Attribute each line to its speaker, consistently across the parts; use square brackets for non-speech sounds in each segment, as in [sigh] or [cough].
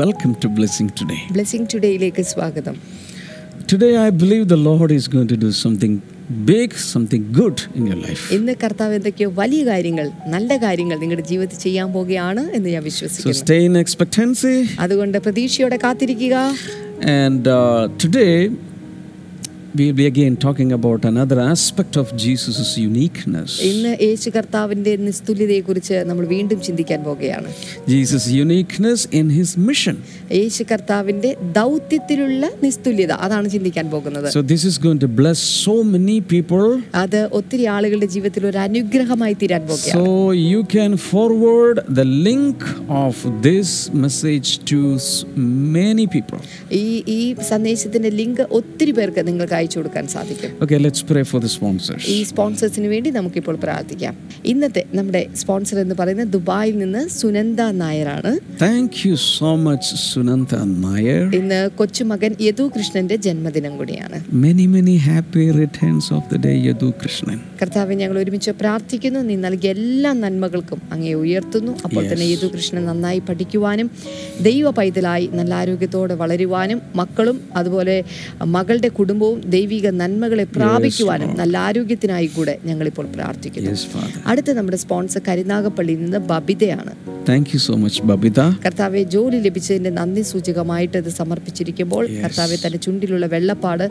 Speaker 1: Welcome to Blessing Today.
Speaker 2: Blessing ടുഡേയിലേക്ക് സ്വാഗതം
Speaker 1: Today, I believe the Lord is going to do something big, something good in your life.
Speaker 2: ഇന്ന് കർത്താവ് എന്തൊക്കെയോ വലിയ കാര്യങ്ങൾ നല്ല കാര്യങ്ങൾ നിങ്ങളുടെ ജീവിതത്തിൽ ചെയ്യാൻ പോകുകയാണ് എന്ന് ഞാൻ
Speaker 1: So
Speaker 2: വിശ്വസിക്കുന്നു
Speaker 1: stay in expectancy.
Speaker 2: അതുകൊണ്ട് പ്രതീക്ഷയോടെ കാത്തിരിക്കുക
Speaker 1: And uh, today, we'll be again talking about another aspect of Jesus' uniqueness.
Speaker 2: ഇന്ന് യേശു കർത്താവിൻ്റെ നിസ്തുല്യതയെക്കുറിച്ച് നമ്മൾ വീണ്ടും ചിന്തിക്കാൻ പോകുകയാണ്
Speaker 1: Jesus' uniqueness in his mission.
Speaker 2: യേശു കർത്താവിൻ്റെ ദൗത്യത്തിലുള്ള നിസ്തുല്യത അതാണ് ചിന്തിക്കാൻ പോകുന്നത്
Speaker 1: So, this is going to bless so many people.
Speaker 2: അത് ഒത്തിരി ആളുകളുടെ ജീവിതത്തിൽ ഒരു അനുഗ്രഹമായി തീരാൻ പോകുകയാണ്
Speaker 1: So, you can forward the link of this message to s- many people.
Speaker 2: ഈ ഈ സന്ദേശത്തിന്റെ ലിങ്ക് ഒത്തിരി പേർക്ക് നിങ്ങൾക്ക് അയച്ചു കൊടുക്കാൻ സാധിക്കും
Speaker 1: Okay, let's pray for the
Speaker 2: ഈ
Speaker 1: sponsors.
Speaker 2: സ്പോൺസേഴ്സിന് വേണ്ടി നമുക്കിപ്പോൾ പ്രാർത്ഥിക്കാം ഇന്നത്തെ നമ്മുടെ സ്പോൺസർ എന്ന് പറയുന്നത് ദുബായിൽ നിന്ന് സുനന്ദ നായരാണ്
Speaker 1: Thank you so much, Sunanta Nair.
Speaker 2: ഇന്ന് കൊച്ചുമകൻ യദു കൃഷ്ണന്റെ ജന്മദിനം കൂടിയാണ്
Speaker 1: Many, many happy returns of the day, Yadu Krishnan.
Speaker 2: കർത്താവ് ഞങ്ങൾ ഒരുമിച്ച് പ്രാർത്ഥിക്കുന്നു നീ നൽകിയ എല്ലാ നന്മകൾക്കും അങ്ങേ ഉയർത്തുന്നു അപ്പോൾ തന്നെ
Speaker 1: Yes.
Speaker 2: യേതു കൃഷ്ണൻ നന്നായി പഠിക്കുവാനും ദൈവ പൈതലായി നല്ല ആരോഗ്യത്തോടെ വളരുവാനും മക്കളും അതുപോലെ മകളുടെ കുടുംബവും ദൈവിക നന്മകളെ പ്രാപിക്കുവാനും നല്ല ആരോഗ്യത്തിനായി കൂടെ ഞങ്ങളിപ്പോൾ പ്രാർത്ഥിക്കുന്നു
Speaker 1: Yes, Father.
Speaker 2: അടുത്ത നമ്മുടെ സ്പോൺസർ കരുനാഗപ്പള്ളിയിൽ നിന്ന് ബബിതയാണ്
Speaker 1: Thank you so much, Babita.
Speaker 2: കർത്താവെ ജോലി ലഭിച്ചതിന്റെ നന്ദി സൂചകമായിട്ട് ഇത് സമർപ്പിച്ചിരിക്കുമ്പോൾ കർത്താവെ തന്റെ ചുണ്ടിലുള്ള വെള്ളപ്പാട്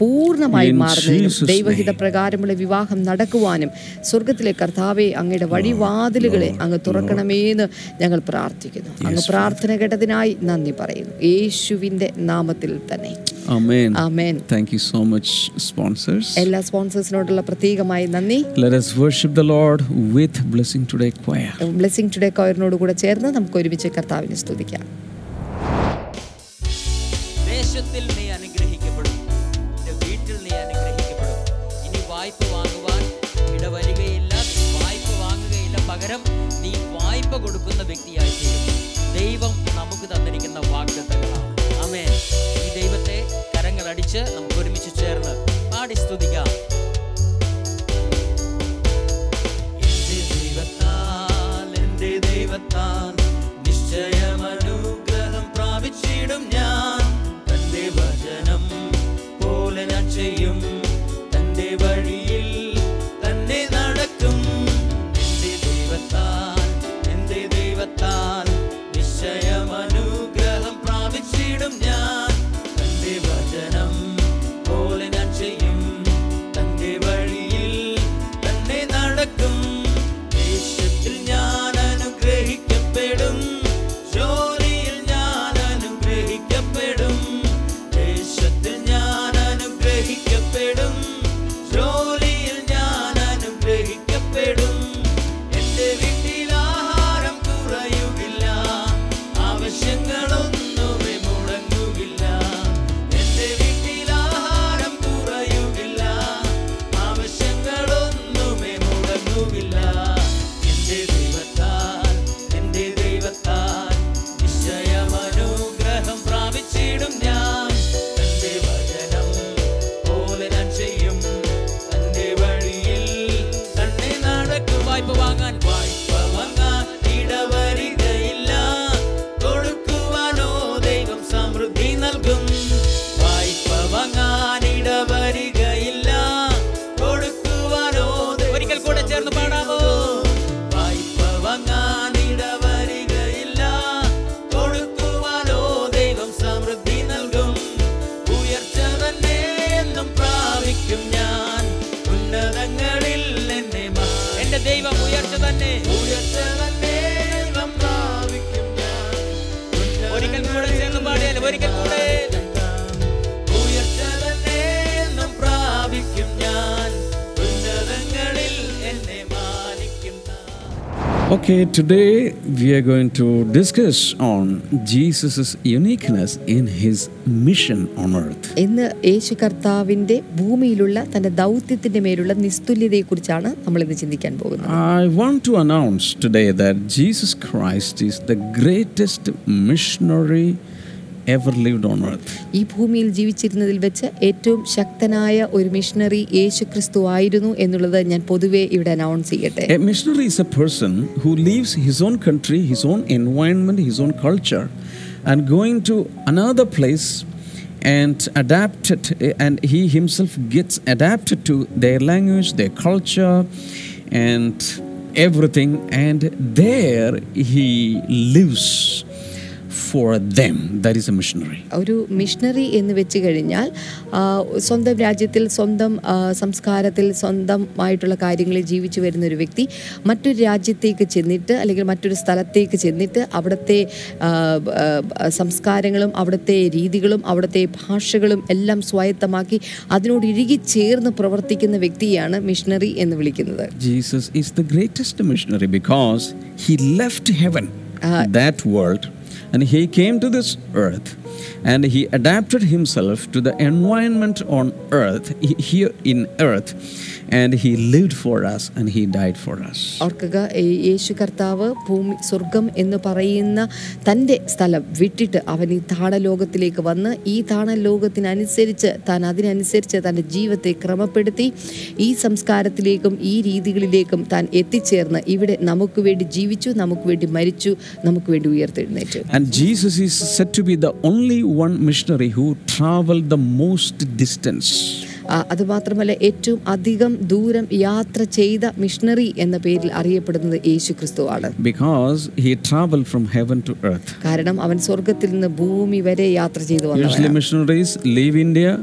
Speaker 2: പൂർണ്ണമായി
Speaker 1: In Jesus'
Speaker 2: മാറുന്നതിനും ദൈവഹിത പ്രകാരമുള്ള വിവാഹം നടക്കുവാനും സ്വർഗത്തിലെ കർത്താവെ അങ്ങയുടെ വഴിവാതിലുകളെ അങ്ങ് തുറക്കണമേ എന്ന് ഞങ്ങൾ പ്രാർത്ഥിക്കുന്നു അങ്ങ് പ്രാർത്ഥന കേട്ടതിനായി നന്ദി പറയുന്നു യേശുവിന്റെ നാമത്തിൽ തന്നെ
Speaker 1: Amen.
Speaker 2: Amen
Speaker 1: Thank you so much, sponsors.
Speaker 2: എല്ലാ സ്പോൺസേഴ്സിനോടുള്ള പ്രത്യേകമായി നന്ദി
Speaker 1: Let us worship the Lord with Blessing Today Choir.
Speaker 2: Blessing today കോയറിനോട് കൂടെ ചേർന്ന് നമുക്ക് ഒരുമിച്ച് കർത്താവിനെ സ്തുതിക്കാം
Speaker 3: ദേശത്തിൽ നീ അനുഗ്രഹിക്കപ്പെടും നിന്റെ വീട്ടിൽ നീ അനുഗ്രഹിക്കപ്പെടും ഇനി വായ്പ വാങ്ങുവാൻ ഇടവരികയില്ല നീ വായ്പ വാങ്ങുകയില്ല പകരം നീ വായ്പ കൊടുക്കുന്ന വ്യക്തിയായി തീരും ദൈവം നമുക്ക് തന്നിരിക്കുന്ന വാഗ്ദത്തങ്ങളാണ് ആമേൻ ഈ ദൈവത്തെ കരങ്ങളടിച്ച് നമുക്ക് ഒരുമിച്ച് ചേർന്ന് പാടി സ്തുതിക്കാം എന്റെ ദൈവത്താൽ എന്റെ ദൈവത്താൽ നിശ്ചയം അനുഗ്രഹം പ്രാപിച്ചിടും ഞാൻ തന്റെ വചനം പോലെ ഞാൻ ചെയ്യും തന്റെ വഴിയിൽ തന്നെ നടക്കും എന്റെ ദൈവത്താൽ എന്റെ ദൈവത്താൽ നിശ്ചയം അനുഗ്രഹം പ്രാപിച്ചിടും ഞാൻ തന്റെ വചനം പോലെ ഞാൻ ചെയ്യും തന്റെ വഴിയിൽ തന്നെ നടക്കും ദേശത്തിൽ ഞാൻ അനുഗ്രഹിക്കപ്പെടും ജോലിയിൽ ഞാൻ അനുഗ്രഹിക്കപ്പെടും ദേശത്തിൽ ഞാൻ അനുഗ്രഹിക്കപ്പെടും ജോലിയിൽ ഞാൻ അനുഗ്രഹിക്കപ്പെടും എന്റെ വീട്ടിൽ ആഹാരം കുറയുകില്ല ആവശ്യങ്ങളൊന്നുമേ മുടങ്ങുകില്ല എന്റെ വീട്ടിൽ ആഹാരം കുറയുകില്ല ആവശ്യങ്ങളൊന്നുമേ മുടങ്ങുകില്ല എന്റെ ദൈവത്താൽ എന്റെ ദൈവത്താൽ നിശ്ചയം അനുഗ്രഹം പ്രാപിച്ചിടും ഞാൻ തന്റെ വചനം പോലെ ഞാൻ ചെയ്യും തന്റെ വഴിയിൽ തന്നെ നടക്കും വായ്പ വാങ്ങാൻ വായ്പ വാങ്ങാൻ ഇടവരികയില്ല കൊടുക്കുവാനോ ദൈവം സമൃദ്ധി നൽകും വായ്പ വാങ്ങാൻ ഇടവരികയില്ല കൊടുക്കുവാനോ ഒരിക്കൽ കൂടെ ചേർന്ന് പാടാമോ വായ്പ വാങ്ങാൻ ഇടവരികയില്ല കൊടുക്കുവാനോ ദൈവം സമൃദ്ധി നൽകും ഉയർച്ച തന്നെ എന്നും പ്രാപിക്കും ഞാൻ ഉന്നതങ്ങളിൽ എന്നെ എന്റെ ദൈവം ഉയർച്ച തന്നെ ഉയർച്ച തന്നെ എന്നും പ്രാപിക്കും ഞാൻ ഒരിക്കൽ കൂടെ ചേർന്ന് പാടിയാലും ഒരിക്കൽ കൂടെ ഉയർച്ച തന്നെ എന്നും പ്രാപിക്കും ഞാൻ ഉന്നതങ്ങളിൽ എന്നെ മാനിക്കും താൻ
Speaker 1: Okay, today we are going to discuss on Jesus' uniqueness in his mission on earth.
Speaker 2: ഇന്ന് യേശു കർത്താവിന്റെ ഭൂമിയിലുള്ള തന്റെ ദൗത്യത്തിന്റെ മേലുള്ള നിസ്തുല്യതയെക്കുറിച്ചാണ് നമ്മൾ ഇന്ന് ചിന്തിക്കാൻ പോകുന്നത്
Speaker 1: I want to announce today that Jesus Christ is the greatest missionary ever lived on earth.
Speaker 2: ഈ ഭൂമിയിൽ ജീവിച്ചിരുന്നതിൽ വെച്ച് ഏറ്റവും ശക്തനായ ഒരു മിഷണറി യേശു ക്രിസ്തു ആയിരുന്നു എന്നുള്ളത് ഞാൻ പൊതുവെ ഇവിടെ അനൗൺസ് ചെയ്യട്ടെ
Speaker 1: A missionary is a person who leaves his own country, his own environment, his own culture, and going to another place and adapted and he himself gets adapted to their language their culture and everything and there he lives for them that is a missionary
Speaker 2: ഒരു missionary എന്ന് വെച്ച് കഴിഞ്ഞാൽ ആ, സ്വന്തം രാജ്യത്തിൽ സ്വന്തം ആ, സംസ്കാരത്തിൽ സ്വന്തമായിട്ടുള്ള കാര്യങ്ങളിൽ ജീവിച്ചു വരുന്ന ഒരു വ്യക്തി മറ്റൊരു രാജ്യത്തേക്ക് ചെന്നിട്ട് അല്ലെങ്കിൽ മറ്റൊരു സ്ഥലത്തേക്ക് ചെന്നിട്ട് അവിടുത്തെ ആ, ബ- ആ, ബ- സംസ്കാരങ്ങളും അവിടുത്തെ രീതികളും അവിടുത്തെ ഭാഷകളും എല്ലാം സ്വായത്തമാക്കി അതിനോട് ഇഴുകി ചേർന്ന് പ്രവർത്തിക്കുന്ന വ്യക്തിയാണ് മിഷണറി എന്ന് വിളിക്കുന്നത്
Speaker 1: Jesus is the greatest missionary because he left heaven, that world, and he came to this earth and he adapted himself to the environment on earth, he- here in earth, and he lived for us and he died for us.
Speaker 2: ഓർക്കുക യേ- യേശു കർത്താവ് ഭൂമി സ്വർഗം എന്ന് പറയുന്ന തൻ്റെ സ്ഥലം വിട്ടിട്ട് അവൻ ഈ താണലോകത്തിലേക്ക് വന്ന് ഈ താണലോകത്തിനനുസരിച്ച് താൻ അതിനനുസരിച്ച് തൻ്റെ ജീവിതത്തെ ക്രമപ്പെടുത്തി ഈ സംസ്കാരത്തിലേക്കും ഈ രീതികളിലേക്കും താൻ എത്തിച്ചേർന്ന് ഇവിടെ നമുക്ക് വേണ്ടി ജീവിച്ചു നമുക്ക് വേണ്ടി മരിച്ചു നമുക്ക് വേണ്ടി ഉയർത്തെഴുന്നേറ്റു
Speaker 1: And Jesus is said to be the only one missionary who traveled the most distance.
Speaker 2: ആ, അതുമാത്രമല്ല ഏറ്റവും അധികം ദൂരം യാത്ര ചെയ്ത മിഷണറി എന്ന പേരിൽ അറിയപ്പെടുന്നത് യേശു ക്രിസ്തുവാണ്
Speaker 1: Because he traveled from heaven to earth.
Speaker 2: കാരണം അവൻ സ്വർഗത്തിൽ നിന്ന് ഭൂമി വരെ യാത്ര ചെയ്തു വന്നവനാണ്
Speaker 1: Usually, missionaries leave India,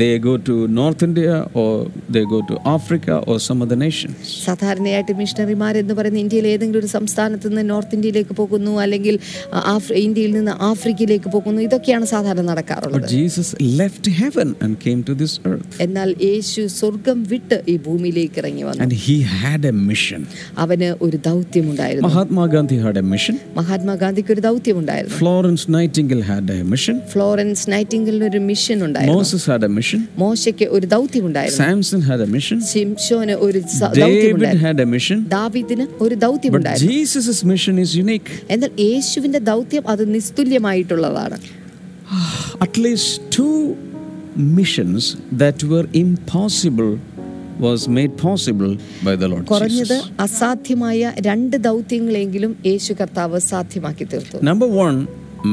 Speaker 1: they go to North India or they go to Africa or some other nations.
Speaker 2: സാധാരണയായിട്ട് മിഷണറിമാർ എന്ന് പറയുന്ന ഇന്ത്യയിലെ ഏതെങ്കിലും ഒരു സംസ്ഥാനത്ത് നിന്ന് നോർത്ത് ഇന്ത്യയിലേക്ക് പോകുന്നു അല്ലെങ്കിൽ ആ, ആഫ് ഇന്ത്യയിൽ നിന്ന് ആഫ്രിക്കയിലേക്ക് പോകുന്നു ഇതൊക്കെയാണ് സാധാരണ നടക്കാറുള്ളത്
Speaker 1: But Jesus left heaven and came to this earth.
Speaker 2: എന്നാൽ യേശു സ്വർഗം വിട്ട് ഈ ഭൂമിയിലേക്ക് ഇറങ്ങി വന്നു
Speaker 1: And he had a mission.
Speaker 2: അവന് ഒരു ദൗത്യമുണ്ടായിരുന്നു
Speaker 1: Mahatma Gandhi had a mission.
Speaker 2: മഹാത്മാഗാന്ധിക്ക് ഒരു ദൗത്യമുണ്ടായിരുന്നു
Speaker 1: Florence Nightingale had a mission.
Speaker 2: Florence നൈറ്റിംഗലിന് ഒരു മിഷൻ ഉണ്ടായിരുന്നു
Speaker 1: Moses had a mission.
Speaker 2: മോശയ്ക്ക് ഒരു ദൗത്യമുണ്ടായിരുന്നു
Speaker 1: Samson had a mission.
Speaker 2: ശിംഷോന് ഒരു സ-
Speaker 1: David
Speaker 2: ദൗത്യമുണ്ടായിരുന്നു
Speaker 1: had a mission.
Speaker 2: ദാവിദിന് ഒരു
Speaker 1: But
Speaker 2: ദൗത്യമുണ്ടായിരുന്നു
Speaker 1: Jesus' mission is unique.
Speaker 2: എന്നാൽ യേശുവിന്റെ ദൗത്യം അത് നിസ്തുല്യമായിട്ടുള്ളതാണ്
Speaker 1: At least two missions that were impossible was made possible by the Lord
Speaker 2: കുറഞ്ഞത്
Speaker 1: Jesus.
Speaker 2: അസാധ്യമായ രണ്ട് ദൗത്യങ്ങളെങ്കിലും യേശു കർത്താവ് സാധ്യമാക്കി തീർത്തു
Speaker 1: Number one,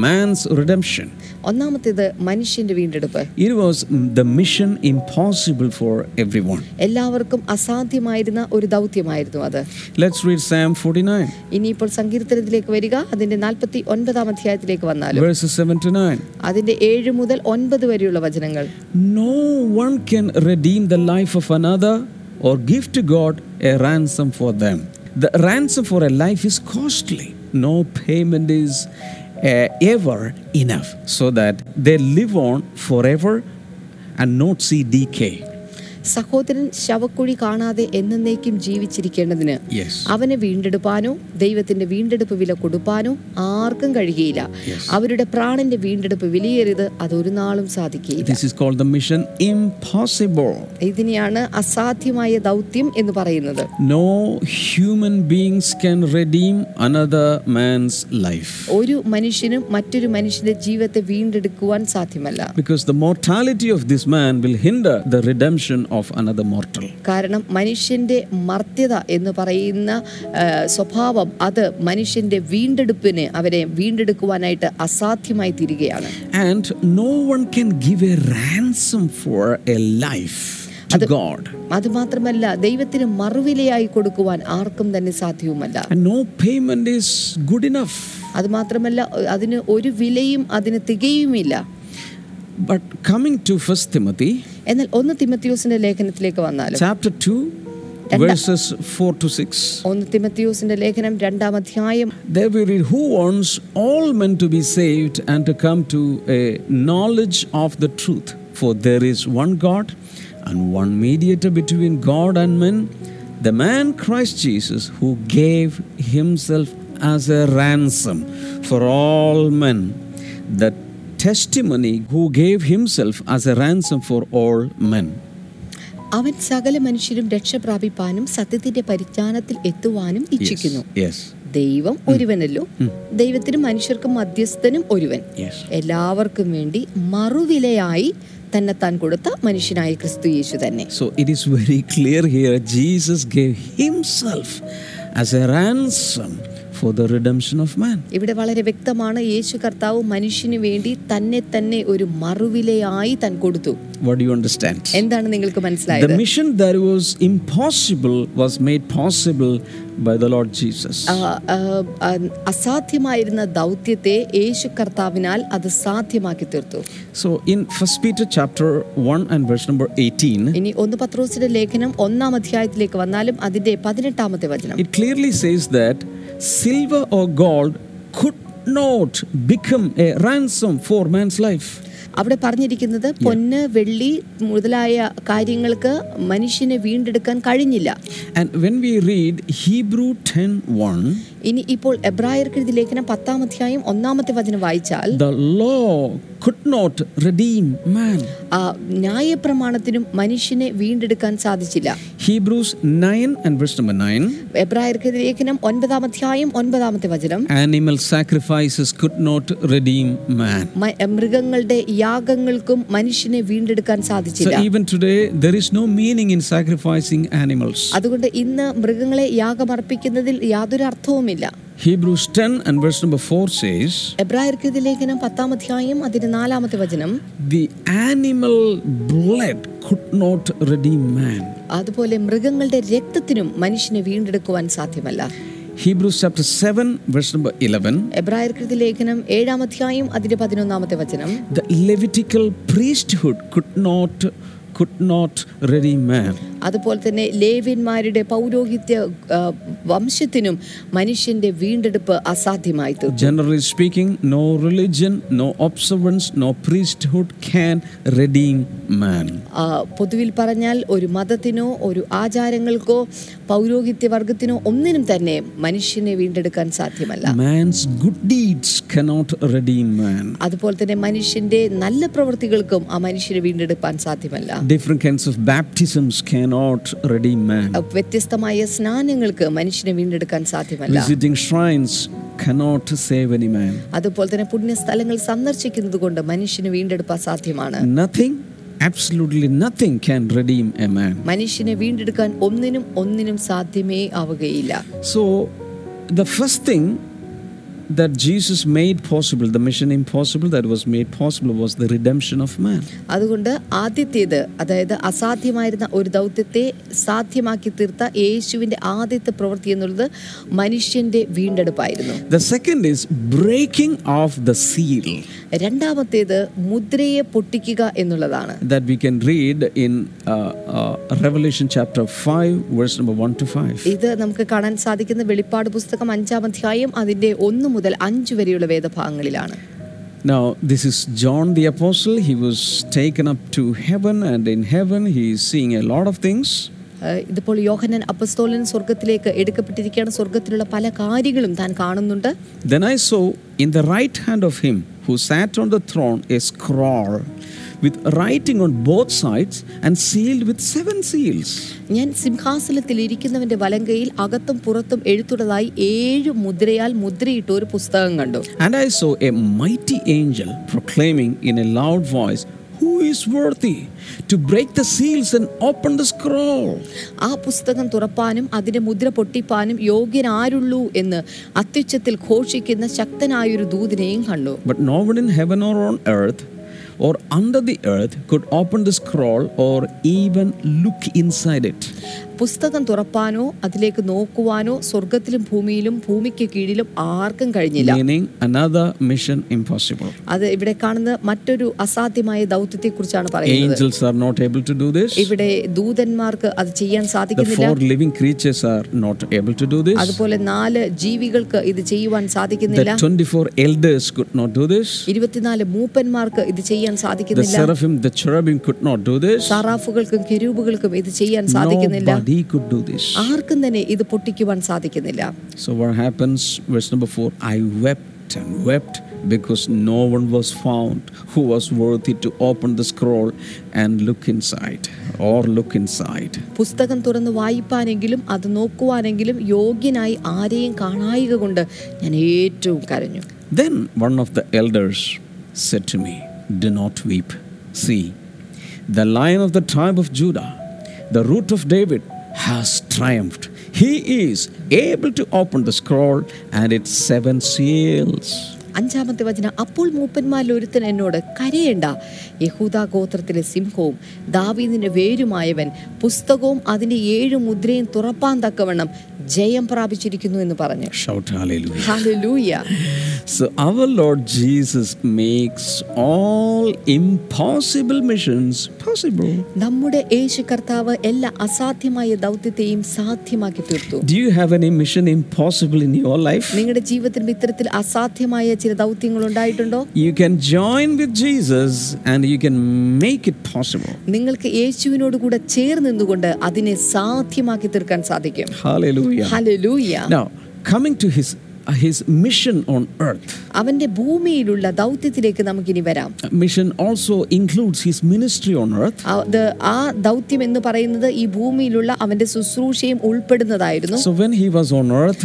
Speaker 1: man's redemption.
Speaker 2: ഒന്നാമത്തേത് മനുഷ്യന്റെ വീണ്ടെടുപ്പ്
Speaker 1: It was the mission impossible for everyone.
Speaker 2: എല്ലാവർക്കും അസാധ്യമായിരുന്ന ഒരു ദൗത്യമായിരുന്നു അത്
Speaker 1: Let's read Psalm 49,
Speaker 2: ഇനിയിപ്പോൾ സങ്കീർത്തനത്തിലേക്ക് വരിക അതിന്റെ നാൽപ്പത്തി ഒൻപതാം അധ്യായത്തിലേക്ക് വന്നാലും
Speaker 1: verses 7 to 9.
Speaker 2: അതിന്റെ ഏഴ് മുതൽ ഒൻപത് വരെയുള്ള വചനങ്ങൾ
Speaker 1: No one can redeem the life of another or give to God a ransom for them. The ransom for a life is costly. No payment is uh, ever enough so that they live on forever and not see decay.
Speaker 2: സഹോദരൻ ശവക്കുഴി കാണാതെ എന്നേക്കും ജീവിച്ചിരിക്കേണ്ടതിന്
Speaker 1: Yes.
Speaker 2: അവനെ വീണ്ടെടുപ്പാനോ ദൈവത്തിന്റെ വീണ്ടെടുപ്പ് വില കൊടുപ്പാനോ ആർക്കും കഴിയുകയില്ല അവരുടെ പ്രാണന്റെ വീണ്ടെടുപ്പ് വിലയേറിയത് അതൊരു നാളും സാധിക്കുകയില്ല
Speaker 1: This is called the mission impossible.
Speaker 2: ഇതിനെയാണ് അസാധ്യമായ ദൗത്യം എന്ന് പറയുന്നത്
Speaker 1: No human beings can redeem another man's life.
Speaker 2: ഒരു മനുഷ്യനും മറ്റൊരു മനുഷ്യന്റെ ജീവിതത്തെ വീണ്ടെടുക്കുവാൻ സാധ്യമല്ല
Speaker 1: Because the mortality of this man will hinder the redemption of another mortal.
Speaker 2: കാരണം മനുഷ്യന്റെ മർത്യത എന്ന് പറയുന്ന ആ, സ്വഭാവം അത് മനുഷ്യന്റെ വീണ്ടെടുപ്പിനെ അവരെ വീണ്ടെടുക്കുവാനായിട്ട് അസാധ്യമായി തീരുകയാണ്
Speaker 1: And no one can give a ransom for a life to God.
Speaker 2: അതുമാത്രമല്ല ദൈവത്തിന് മറുവിലയായി കൊടുക്കുവാൻ ആർക്കും തന്നെ സാധ്യവുമല്ല
Speaker 1: And no payment is good enough.
Speaker 2: അതുമാത്രമല്ല അതിന് ഒരു വിലയും അതിന് തികയുമില്ല
Speaker 1: But coming to 1 Timothy
Speaker 2: എന്നാൽ ഒന്ന് തിമത്തിയോസിന്റെ ലേഖനത്തിലേക്ക് വന്നാലും
Speaker 1: chapter 2, verses 4 to 6,
Speaker 2: ഒന്ന് തിമത്തിയോസിന്റെ ലേഖനം രണ്ടാം അധ്യായം
Speaker 1: there we read, Who wants all men to be saved and to come to a knowledge of the truth? For there is one God and one mediator between God and men, the man Christ Jesus, who gave himself as a ransom for all men. The testimony who gave himself as a ransom for all men.
Speaker 2: അവൻ സകല മനുഷ്യരും രക്ഷ പ്രാപിപ്പാനും സത്യത്തിന്റെ പരിജ്ഞാനത്തിൽ എത്തുവാനും ഇച്ഛിക്കുന്നു
Speaker 1: Yes.
Speaker 2: ദൈവം ഒരുവനല്ലോ ദൈവത്തിനും മനുഷ്യർക്കും മധ്യസ്ഥനും ഒരുവൻ
Speaker 1: Yes.
Speaker 2: എല്ലാവർക്കും വേണ്ടി മറുവിലയായി തന്നെ താൻ കൊടുത്ത മനുഷ്യനായ ക്രിസ്തു യേശു തന്നെ
Speaker 1: So it is [laughs] very clear here Jesus gave himself as a ransom for the redemption of man.
Speaker 2: ഇവിടെ വളരെ വ്യക്തമാണ് യേശു കർത്താവ് മനുഷ്യന് വേണ്ടി തന്നെ തന്നെ ഒരു മറുവിലയായി താൻ കൊടുത്തു
Speaker 1: What do you understand?
Speaker 2: എന്താണ് നിങ്ങൾക്ക് മനസ്സിലായത്
Speaker 1: The mission that was impossible was made possible by the Lord Jesus.
Speaker 2: ആ, ആ, ആ, അസാധ്യമായിരുന്ന ദൗത്യത്തെ യേശു കർത്താവിനാൽ അത് സാധ്യമാക്കി തീർത്തു
Speaker 1: So in First Peter chapter 1 and verse number 18,
Speaker 2: ഇനി ഒന്ന് പത്രോസിന്റെ ലേഖനം ഒന്നാം അധ്യായത്തിലേക്ക് വന്നാലും അതിന്റെ പതിനെട്ടാമത്തെ വചനം
Speaker 1: it clearly says that silver or gold could not become a ransom for man's life.
Speaker 2: അവിടെ പറഞ്ഞിരിക്കുന്നത് പൊന്ന് വെള്ളി മുതലായ കാര്യങ്ങൾക്ക് മനുഷ്യനെ വീണ്ടെടുക്കാൻ കഴിഞ്ഞില്ല
Speaker 1: And when we read Hebrew 10:1,
Speaker 2: ഇനി ഇപ്പോൾ എബ്രായർക്ക് എഴുതി ലേഖനം പത്താം അധ്യായം ഒന്നാമത്തെ വചനം വായിച്ചാൽ
Speaker 1: the law could not redeem man.
Speaker 2: ആ, ന്യായപ്രമാണത്തിനും മനുഷ്യനെ വീണ്ടെടുക്കാൻ സാധിച്ചില്ല
Speaker 1: Hebrews 9 and verse number 9.
Speaker 2: എബ്രായർക്ക് എഴുതി ലേഖനം ഒൻപതാം അധ്യായം ഒൻപതാമത്തെ വചനം
Speaker 1: Animal sacrifices could not redeem man.
Speaker 2: മ- മൃഗങ്ങളുടെ യാഗങ്ങൾക്കും മനുഷ്യനെ വീണ്ടെടുക്കാൻ
Speaker 1: So
Speaker 2: സാധിച്ചില്ല
Speaker 1: even today, there is no meaning in sacrificing animals.
Speaker 2: അതുകൊണ്ട് ഇന്ന് മൃഗങ്ങളെ യാഗമർപ്പിക്കുന്നതിൽ യാതൊരു അർത്ഥവുമില്ല
Speaker 1: Hebrews 10 and verse number 4 says,
Speaker 2: എബ്രായർക്കെതി ലേഖനം പത്താം അധ്യായം അതിന്റെ നാലാമത്തെ വചനം
Speaker 1: The animal blood could not redeem man.
Speaker 2: അതുപോലെ മൃഗങ്ങളുടെ രക്തത്തിനും മനുഷ്യനെ വീണ്ടെടുക്കുവാൻ സാധ്യമല്ല
Speaker 1: Hebrews chapter 7, verse number 11.
Speaker 2: എബ്രായർക്കെതി ലേഖനം ഏഴാം അധ്യായം അതിന്റെ പതിനൊന്നാമത്തെ വചനം
Speaker 1: The Levitical priesthood could not could not redeem man.
Speaker 2: അതുപോലെ തന്നെ ലേവ്യന്മാരുടെ പൗരോഹിത്യ ആ, വംശത്തിനും മനുഷ്യന്റെ വീണ്ടെടുപ്പ് അസാധ്യമായി തീർന്നു
Speaker 1: Generally speaking, no religion, no observance, no priesthood can redeem man.
Speaker 2: ആ, പൊതുവിൽ പറഞ്ഞാൽ ഒരു മതത്തിനോ ഒരു ആചാരങ്ങൾക്കോ പൗരോഹിത്യ വർഗത്തിനോ ഒന്നിനും തന്നെ മനുഷ്യനെ വീണ്ടെടുക്കാൻ സാധ്യമല്ല
Speaker 1: Man's good deeds cannot redeem man.
Speaker 2: അതുപോലെ തന്നെ മനുഷ്യന്റെ നല്ല പ്രവൃത്തികൾക്കും ആ മനുഷ്യനെ വീണ്ടെടുക്കാൻ സാധ്യമല്ല
Speaker 1: Different kinds of baptisms cannot redeem man.
Speaker 2: വ്യത്യസ്തമായ സ്നാനങ്ങൾക്ക് മനുഷ്യനെ വീണ്ടെടുക്കാൻ സാധ്യമല്ല
Speaker 1: Visiting shrines cannot save any man.
Speaker 2: അതുപോലെ തന്നെ പുണ്യസ്ഥലങ്ങൾ സന്ദർശിക്കുന്നത് കൊണ്ട് മനുഷ്യന് വീണ്ടെടുപ്പാൻ സാധ്യമാണ്
Speaker 1: Nothing, absolutely nothing can redeem a man.
Speaker 2: മനുഷ്യനെ വീണ്ടെടുക്കാൻ ഒന്നിനും ഒന്നിനും സാധ്യമേ ആവുകയില്ല
Speaker 1: So, the first thing that Jesus made possible, the mission impossible that was made possible, was the redemption of man.
Speaker 2: അതുകൊണ്ട് ആദ്യത്തേത് അതായത് അസാധ്യമായിരുന്ന ഒരു ദൗത്യത്തെ സാധ്യമാക്കി തീർത്ത യേശുവിൻ്റെ ആദ്യത്തെ പ്രവൃത്തി എന്നുള്ളത് മനുഷ്യൻ്റെ വീണ്ടെടുപ്പായിരുന്നു
Speaker 1: The second is breaking off the seal
Speaker 2: രണ്ടാമത്തേത് മുദ്രയെ പൊട്ടിക്കുക എന്നുള്ളതാണ്
Speaker 1: that we can read in uh, uh, Revelation chapter 5, verse number 1 to 5.
Speaker 2: ഇത് നമുക്ക് കാണാൻ സാധിക്കുന്ന വെളിപ്പാട് പുസ്തകം അഞ്ചാം അധ്യായം അതിൻ്റെ ഒന്ന് മുതൽ അഞ്ച് വരെയുള്ള വേദഭാഗങ്ങളിലാണ്
Speaker 1: Now, this is John the Apostle. He was taken up to heaven, and in heaven, he is seeing a lot of things.
Speaker 2: ഏഹ് ഇതിപ്പോൾ യോഹനൻ അപ്പസ്തോലൻ സ്വർഗത്തിലേക്ക് എടുക്കപ്പെട്ടിരിക്കുകയാണ് സ്വർഗത്തിലുള്ള പല കാര്യങ്ങളും താൻ കാണുന്നുണ്ട്
Speaker 1: Then I saw in the right hand of him who sat on the throne a scroll with writing on both sides and sealed with seven seals.
Speaker 2: ഞാൻ സിംഹാസനത്തിൽ ഇരിക്കുന്നവന്റെ വലങ്കയിൽ അകത്തും പുറത്തും എഴുത്തുള്ളതായി ഏഴ് മുദ്രയാൽ മുദ്രയിട്ട ഒരു പുസ്തകം കണ്ടു
Speaker 1: And I saw a mighty angel proclaiming in a loud voice, Who is worthy to break the seals and open the scroll?
Speaker 2: ആ പുസ്തകം തുറപ്പാനും അതിന്റെ മുദ്ര പൊട്ടിപ്പാനും യോഗ്യനാരുള്ളൂ എന്ന് അത്യുച്ചത്തിൽ ഘോഷിക്കുന്ന ശക്തനായൊരു ദൂതിനെയും കണ്ടു
Speaker 1: But no one in heaven or on earth or under the earth could open the scroll or even look inside it.
Speaker 2: പുസ്തകം തുറപ്പാനോ അതിലേക്ക് നോക്കുവാനോ സ്വർഗത്തിലും ഭൂമിയിലും ഭൂമിക്ക് കീഴിലും ആർക്കും കഴിഞ്ഞില്ല
Speaker 1: Meaning another mission impossible.
Speaker 2: അത് ഇവിടെ കാണുന്ന മറ്റൊരു അസാധ്യമായ ദൗത്യത്തെ കുറിച്ചാണ് പറയുന്നത്
Speaker 1: Angels are not able to do this.
Speaker 2: ഇവിടെ ദൂതന്മാർക്ക് അത് ചെയ്യാൻ
Speaker 1: The
Speaker 2: സാധിക്കുന്നില്ല
Speaker 1: four living creatures are not able to do this.
Speaker 2: അതുപോലെ നാല് ജീവികൾക്ക് ഇത് ചെയ്യുവാൻ സാധിക്കുന്നില്ല
Speaker 1: The 24 elders could not do this.
Speaker 2: ഇരുപത്തിനാല് മൂപ്പന്മാർക്ക് ഇത് ചെയ്യാൻ
Speaker 1: The
Speaker 2: സാധിക്കുന്നില്ല
Speaker 1: seraphim, the cherubim could not do this.
Speaker 2: സറാഫുകൾക്കും കെരൂബുകൾക്കും ഇത് ചെയ്യാൻ സാധിക്കുന്നില്ല
Speaker 1: Nobody could do this.
Speaker 2: ആർക്കും തന്നെ ഇത് പൊട്ടിക്കുവാൻ സാധിക്കുന്നില്ല
Speaker 1: So what happens? Verse number four. I wept and wept because no one was found who was worthy to open the scroll and look inside, or look inside.
Speaker 2: പുസ്തകം തുറന്ന് വായിപ്പാനെങ്കിലും അത് നോക്കുവാനെങ്കിലും യോഗ്യനായി ആരെയും കാണായിക കൊണ്ട് ഞാൻ ഏറ്റവും കരഞ്ഞു
Speaker 1: Then one of the elders said to me, Do not weep. See, the lion of the tribe of Judah, the root of David, has triumphed. He is able to open the scroll and its seven seals.
Speaker 2: അഞ്ചാമത്തെ വചന അപ്പോൾ മൂപ്പന്മാരിൽ ഒരുത്തൻ എന്നോട് കരയേണ്ട യഹൂദ ഗോത്രത്തിലെ സിംഹവും ദാവീദിന്റെ വേരുമായവൻ പുസ്തകവും അതിന്റെ ഏഴ് മുദ്രയും തുറപ്പാൻ തക്കവണ്ണം ജയം പ്രാപിച്ചിരിക്കുന്നു എന്ന് പറഞ്ഞു
Speaker 1: Shout hallelujah.
Speaker 2: Hallelujah
Speaker 1: So our Lord Jesus makes all impossible missions possible.
Speaker 2: നമ്മുടെ യേശു കർത്താവ് എല്ലാ അസാധ്യമായ ദൗത്യത്തെയും സാധ്യമാക്കി തീർത്തു
Speaker 1: Do you have any mission impossible in your life?
Speaker 2: നിങ്ങളുടെ ജീവിതത്തിൽ ഇത്തരത്തിൽ അസാധ്യമായ ചില ദൗത്യങ്ങൾ ഉണ്ടായിട്ടുണ്ടോ
Speaker 1: You can join with Jesus and you can make it possible.
Speaker 2: നിങ്ങൾക്ക് യേശുവിനോട് കൂടെ ചേർന്ന് നിന്നുകൊണ്ട് അതിനെ സാധ്യമാക്കി തീർക്കാൻ സാധിക്കും
Speaker 1: Hallelujah.
Speaker 2: Hallelujah
Speaker 1: Now, coming to his his mission on earth.
Speaker 2: അവന്റെ ഭൂമിയിലുള്ള ദൗത്യത്തിലേക്ക് നമുക്കിനി വരാം
Speaker 1: Mission also includes his ministry on earth.
Speaker 2: അത് ആ ദൗത്യം എന്ന് പറയുന്നത് ഈ ഭൂമിയിലുള്ള അവന്റെ ശുശ്രൂഷയും ഉൾപ്പെടുന്നതായിരുന്നു
Speaker 1: So when he was on earth,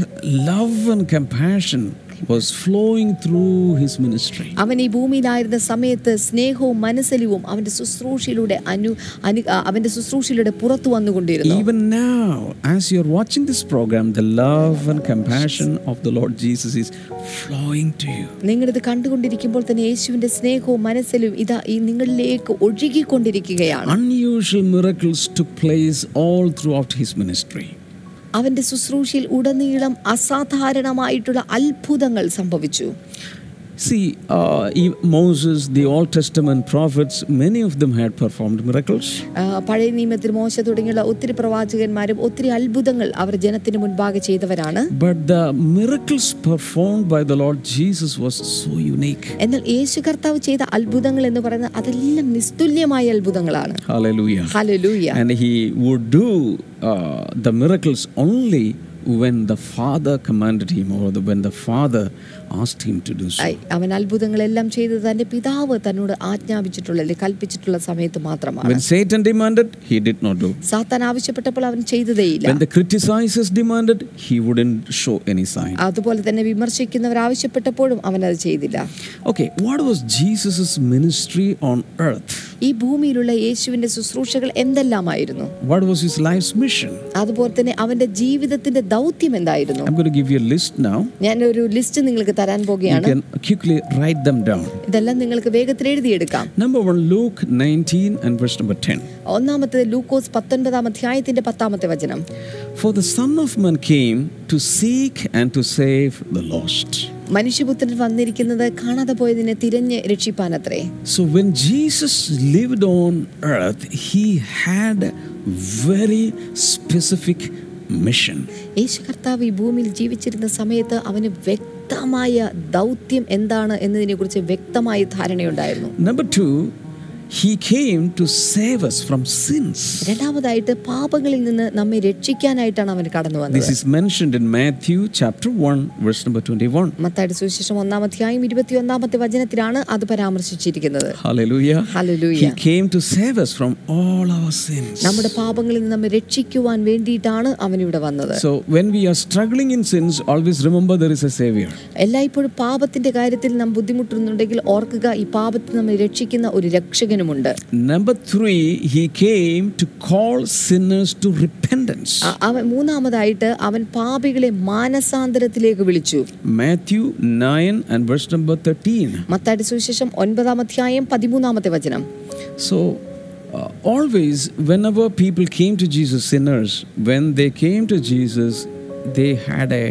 Speaker 1: love and compassion was flowing through his ministry.
Speaker 2: അവൻ ഈ ഭൂമിയിലായിരുന്ന സമയത്ത് സ്നേഹവും മനസ്സലിവും അവന്റെ ശുശ്രൂഷയിലൂടെ അനു അനു ആ, അവന്റെ ശുശ്രൂഷയിലൂടെ പുറത്തു വന്നുകൊണ്ടിരുന്നു
Speaker 1: Even now, as you're watching this program, the love and compassion of the Lord Jesus is flowing to you.
Speaker 2: നിങ്ങളിത് കണ്ടുകൊണ്ടിരിക്കുമ്പോൾ തന്നെ യേശുവിന്റെ സ്നേഹവും മനസ്സലിവും ഇതാ ഈ നിങ്ങളിലേക്ക് ഒഴുകിക്കൊണ്ടിരിക്കുകയാണ്
Speaker 1: Unusual miracles took place all throughout his ministry.
Speaker 2: അവന്റെ ശുശ്രൂഷയിൽ ഉടനീളം അസാധാരണമായിട്ടുള്ള അത്ഭുതങ്ങൾ സംഭവിച്ചു
Speaker 1: See, uh, e- Moses, the Old Testament prophets, many of them had performed miracles.
Speaker 2: ആ, പഴയ നിയമത്തിൽ മോശ തുടങ്ങിയുള്ള ഒത്തിരി പ്രവാചകന്മാരും ഒത്തിരി അത്ഭുതങ്ങൾ അവർ ജനത്തിന് മുൻപാകെ ചെയ്തവരാണ്
Speaker 1: But the miracles performed by the Lord Jesus was so unique.
Speaker 2: എന്നാൽ യേശു കർത്താവ് ചെയ്ത അത്ഭുതങ്ങൾ എന്ന് പറയുന്നത് അതെല്ലാം നിസ്തുല്യമായ അത്ഭുതങ്ങളാണ്
Speaker 1: Hallelujah.
Speaker 2: Hallelujah
Speaker 1: And he would do uh, the miracles only when the Father commanded him or the, when the Father asked him to do so.
Speaker 2: I, അവൻ അത്ഭുതങ്ങളെല്ലാം ചെയ്തത് തന്റെ പിതാവ് തന്നോട് ആജ്ഞാപിച്ചിട്ടുള്ള അല്ലെങ്കിൽ കൽപ്പിച്ചിട്ടുള്ള സമയത്ത് മാത്രമാണ്
Speaker 1: When Satan demanded, he did not do.
Speaker 2: സാത്താൻ ആവശ്യപ്പെട്ടപ്പോൾ അവൻ ചെയ്തതേയില്ല
Speaker 1: When the criticizers demanded, he wouldn't show any sign.
Speaker 2: അതുപോലെ തന്നെ വിമർശിക്കുന്നവർ ആവശ്യപ്പെട്ടപ്പോഴും അവൻ അത് ചെയ്തില്ല
Speaker 1: Okay, what was Jesus' ministry on earth?
Speaker 2: ഈ ഭൂമിയിലുള്ള യേശുവിന്റെ ശുശ്രൂഷകൾ എന്തെല്ലാമായിരുന്നു
Speaker 1: What was his life's mission?
Speaker 2: അതുപോലെ തന്നെ അവന്റെ ജീവിതത്തിന്റെ ദൗത്യം എന്തായിരുന്നു
Speaker 1: I'm going to give you a list now.
Speaker 2: ഞാൻ ഒരു ലിസ്റ്റ് നിങ്ങൾക്ക് തരാൻ
Speaker 1: You
Speaker 2: പോകുകയാണ്
Speaker 1: can quickly write them down.
Speaker 2: ഇതെല്ലാം നിങ്ങൾക്ക് വേഗത്തിൽ എഴുതിയെടുക്കാം
Speaker 1: Number one, Luke 19 and verse number 10.
Speaker 2: ഒന്നാമത്തത് ലൂക്കോസ് പത്തൊൻപതാം അധ്യായത്തിന്റെ പത്താമത്തെ വചനം
Speaker 1: For the Son of Man came to seek and to save the lost.
Speaker 2: മനുഷ്യപുത്രൻ വന്നിരിക്കുന്നത് കാണാതെ പോയതിനെ തിരഞ്ഞ് രക്ഷിപ്പാനത്രേ
Speaker 1: So when Jesus lived on earth, he had a very specific mission.
Speaker 2: യേശു കർത്താവ് ഈ ഭൂമിയിൽ ജീവിച്ചിരുന്ന സമയത്ത് അവന് വ്യക്തമായ ദൗത്യം എന്താണ് എന്നതിനെക്കുറിച്ച് വ്യക്തമായ ധാരണയുണ്ടായിരുന്നു
Speaker 1: Number two, he came to save us from sins.
Speaker 2: രണ്ടാമതായിട്ട് പാപങ്ങളിൽ നിന്ന് നമ്മെ രക്ഷിക്കാനായിട്ടാണ് അവൻ കടന്നു
Speaker 1: This
Speaker 2: വന്നത്
Speaker 1: is mentioned in Matthew chapter 1, verse number 21.
Speaker 2: മത്തായുടെ സുവിശേഷം ഒന്നാം അധ്യായം ഇരുപത്തിയൊന്നാമത്തെ വചനത്തിലാണ് അത് പരാമർശിച്ചിരിക്കുന്നത്
Speaker 1: Hallelujah.
Speaker 2: Hallelujah.
Speaker 1: He came to save us from all our sins.
Speaker 2: നമ്മുടെ പാപങ്ങളിൽ നിന്ന് നമ്മെ രക്ഷിക്കുവാൻ വേണ്ടിയിട്ടാണ് അവൻ ഇവിടെ വന്നത്
Speaker 1: So when we are struggling in sins, always remember there is a Savior.
Speaker 2: എല്ലായ്പ്പോഴും പാപത്തിന്റെ കാര്യത്തിൽ നാം ബുദ്ധിമുട്ടുന്നുണ്ടെങ്കിൽ ഓർക്കുക ഈ പാപത്തിൽ നമ്മെ രക്ഷിക്കുന്ന ഒരു രക്ഷകനുമുണ്ട്
Speaker 1: Number three, he came to call sinners to repentance.
Speaker 2: അ- അവൻ മൂന്നാമതായിട്ട് അവൻ പാപികളെ മാനസാന്തരത്തിലേക്ക് വിളിച്ചു
Speaker 1: Matthew 9 and verse number 13.
Speaker 2: മത്താടി സുവിശേഷം ഒൻപതാം അധ്യായം പതിമൂന്നാമത്തെ വചനം
Speaker 1: So, uh, always, whenever people came to Jesus, sinners, when they came to Jesus, they had a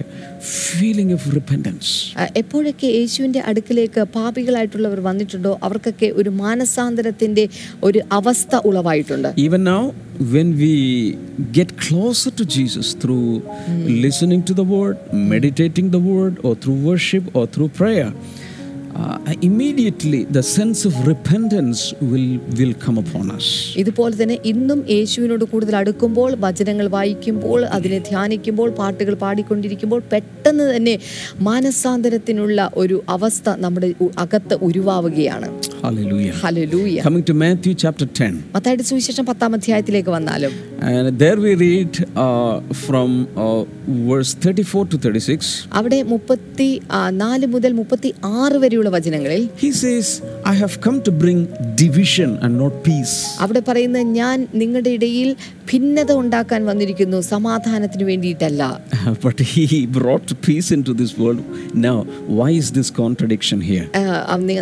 Speaker 1: feeling of repentance.
Speaker 2: അ, എപ്പോഴൊക്കെ യേശുവിൻ്റെ അടുക്കിലേക്ക് പാപികളായിട്ടുള്ളവർ വന്നിട്ടുണ്ടോ അവർക്കൊക്കെ ഒരു മാനസാന്തരത്തിൻ്റെ ഒരു അവസ്ഥ ഉളവായിട്ടുണ്ട്
Speaker 1: Even now, when we get closer to Jesus through listening to the word, meditating the word, or through worship or through prayer, uh, immediately the sense of repentance will, will come upon us.
Speaker 2: ഇതുപോലെ തന്നെ ഇന്നും യേശുവിനോട് കൂടുതൽ അടുക്കുമ്പോൾ വചനങ്ങൾ വായിക്കുമ്പോൾ അതിനെ ധ്യാനിക്കുമ്പോൾ പാട്ടുകൾ പാടിക്കൊണ്ടിരിക്കുമ്പോൾ പെട്ടെന്ന് തന്നെ മാനസാന്തരത്തിനുള്ള ഒരു അവസ്ഥ നമ്മുടെ ഉ- അകത്ത് ഉരുവാവുകയാണ്
Speaker 1: Hallelujah.
Speaker 2: Hallelujah
Speaker 1: Coming to Matthew chapter 10.
Speaker 2: മത്തായുടെ സുവിശേഷം പത്താം അധ്യായത്തിലേക്ക് വന്നാലും
Speaker 1: And there we read uh, from uh, verse 34 to 36.
Speaker 2: അവിടെ മുപ്പത്തി ആ, നാല് മുതൽ മുപ്പത്തി ആറ് വരെയുള്ള വചനങ്ങളിൽ
Speaker 1: He says, I have come to bring division and not peace.
Speaker 2: അവിടെ പറയുന്നത് ഞാൻ നിങ്ങളുടെ ഇടയിൽ ഭിന്നത ഉണ്ടാക്കാൻ വന്നിരിക്കുന്നു സമാധാനത്തിന് വേണ്ടിയിട്ടല്ല
Speaker 1: [laughs] but he brought peace into this world. Now, why is this contradiction here?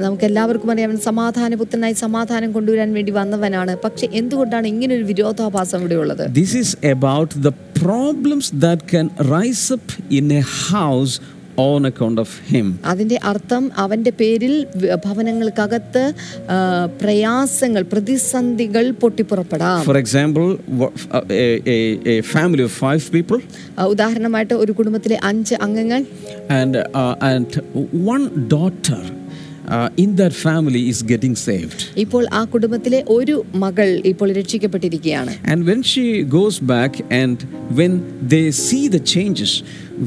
Speaker 2: നമുക്ക് എല്ലാവർക്കും അറിയാം അവൻ സമാധാനപുത്രനായി സമാധാനം കൊണ്ടുവരാൻ വേണ്ടി വന്നവനാണ് പക്ഷെ എന്തുകൊണ്ടാണ് ഇങ്ങനെ ഒരു വിരോധാഭാസം ഇവിടെ ഉള്ളത്
Speaker 1: This is about the problems that can rise up in a house on account of him.
Speaker 2: അതിൻ്റെ അർത്ഥം അവൻ്റെ പേരിൽ വ- ഭവനങ്ങൾക്കകത്ത് ആ, പ്രയാസങ്ങൾ പ്രതിസന്ധികൾ പൊട്ടിപ്പുറപ്പെടാം
Speaker 1: For example, wha- a, a, a family of five people,
Speaker 2: ആ, ഉദാഹരണമായിട്ട് ഒരു കുടുംബത്തിലെ അഞ്ച് അംഗങ്ങൾ
Speaker 1: and, uh, and one daughter uh, in that family is getting saved.
Speaker 2: ഇപ്പോൾ ആ കുടുംബത്തിലെ ഒരു മകൾ ഇപ്പോൾ രക്ഷിക്കപ്പെട്ടിരിക്കുകയാണ്
Speaker 1: And when she goes back and when they see the changes,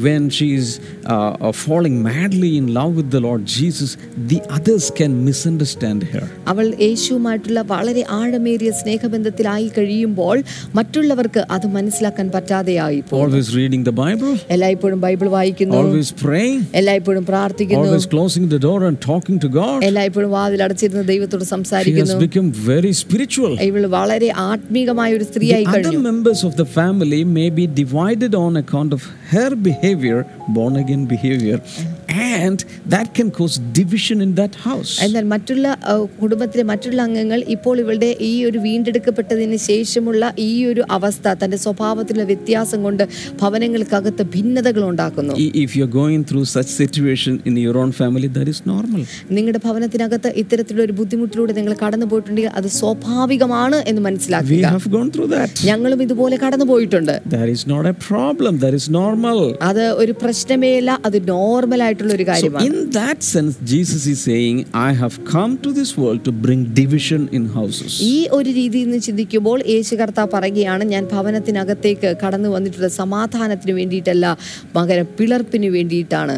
Speaker 1: when she is uh, uh, falling madly in love with the Lord Jesus, the others can misunderstand her.
Speaker 2: അവൾ യേശുവുമായിട്ടുള്ള വളരെ ആഴമേറിയ സ്നേഹബന്ധത്തിലായി കഴിയുമ്പോൾ മറ്റുള്ളവർക്ക് അത് മനസ്സിലാക്കാൻ പറ്റാതെയായി പോകും.
Speaker 1: Always reading the Bible,
Speaker 2: എല്ലായ്പ്പോഴും Bible വായിക്കുന്നു
Speaker 1: always praying,
Speaker 2: എല്ലായ്പ്പോഴും പ്രാർത്ഥിക്കുന്നു
Speaker 1: always closing the door and talking to God.
Speaker 2: എല്ലായ്പ്പോഴും വാതിലടച്ചിരുന്ന് ദൈവത്തോട്
Speaker 1: She has
Speaker 2: സംസാരിക്കുന്നു
Speaker 1: become very spiritual.
Speaker 2: ഇവൾ വളരെ ആത്മീകമായ ഒരു സ്ത്രീയായി
Speaker 1: The other
Speaker 2: കഴിഞ്ഞു
Speaker 1: members of the family may be divided on account of her behavior, born again behavior, and that can cause division in that house.
Speaker 2: എന്നാൽ മറ്റുള്ള ആ, കുടുംബത്തിലെ മറ്റുള്ള അംഗങ്ങൾ ഇപ്പോൾ ഇവളുടെ ഈ ഒരു വീണ്ടെടുക്കപ്പെട്ടതിന് ശേഷമുള്ള ഈ ഒരു അവസ്ഥ തന്റെ സ്വഭാവത്തിലുള്ള വ്യത്യാസം കൊണ്ട് ഭവനങ്ങൾക്കകത്ത് ഭിന്നതകൾ ഉണ്ടാക്കുന്നു
Speaker 1: I- If you're going through such situation in your own family, that is normal.
Speaker 2: നിങ്ങളുടെ ഭവനത്തിനകത്ത് ഇത്തരത്തിലുള്ള ഒരു ബുദ്ധിമുട്ടിലൂടെ നിങ്ങൾ കടന്നു പോയിട്ടുണ്ടെങ്കിൽ അത് സ്വാഭാവികമാണ് എന്ന്
Speaker 1: We
Speaker 2: മനസ്സിലാക്കുക
Speaker 1: have gone through that.
Speaker 2: ഞങ്ങളും ഇതുപോലെ കടന്നു പോയിട്ടുണ്ട്
Speaker 1: That is not a problem. That is normal.
Speaker 2: അത് ഒരു പ്രശ്നമേ അല്ല അത് നോർമൽ ആയിട്ടുള്ള ഒരു
Speaker 1: So
Speaker 2: കാര്യമാണ്
Speaker 1: in that sense, Jesus is saying, "I have come to this world to bring division in houses."
Speaker 2: ഈ ഒരു രീതിയിൽ നിന്ന് ചിന്തിക്കുമ്പോൾ യേശു കർത്താവ് പറയുകയാണ് ഞാൻ ഭവനത്തിനകത്തേക്ക് കടന്നു വന്നിട്ടുള്ള സമാധാനത്തിന് വേണ്ടിയിട്ടല്ല മകന് പിളർപ്പിന് വേണ്ടിയിട്ടാണ്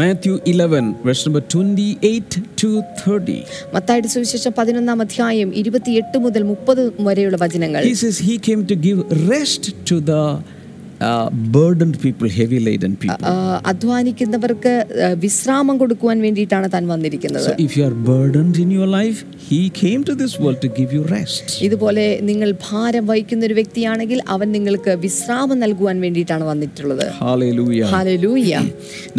Speaker 1: Matthew 11, verse number 28 to 30.
Speaker 2: മത്തായിട്ട് സുവിശേഷം പതിനൊന്നാം അധ്യായം ഇരുപത്തിയെട്ട് മുതൽ മുപ്പത് വരെയുള്ള വചനങ്ങൾ
Speaker 1: He says he came to give rest to the uh, burdened people, heavy laden people.
Speaker 2: ആ, അധ്വാനിക്കുന്നവർക്ക് ആ, വിശ്രാമം കൊടുക്കുവാൻ വേണ്ടിയിട്ടാണ് താൻ വന്നിരിക്കുന്നത്
Speaker 1: So if you are burdened in your life, he came to this world to give you rest.
Speaker 2: ഇതുപോലെ നിങ്ങൾ ഭാരം വഹിക്കുന്ന ഒരു വ്യക്തിയാണെങ്കിൽ അവൻ നിങ്ങൾക്ക് വിശ്രാമം നൽകുവാൻ വേണ്ടിയിട്ടാണ് വന്നിട്ടുള്ളത്
Speaker 1: Hallelujah.
Speaker 2: Hallelujah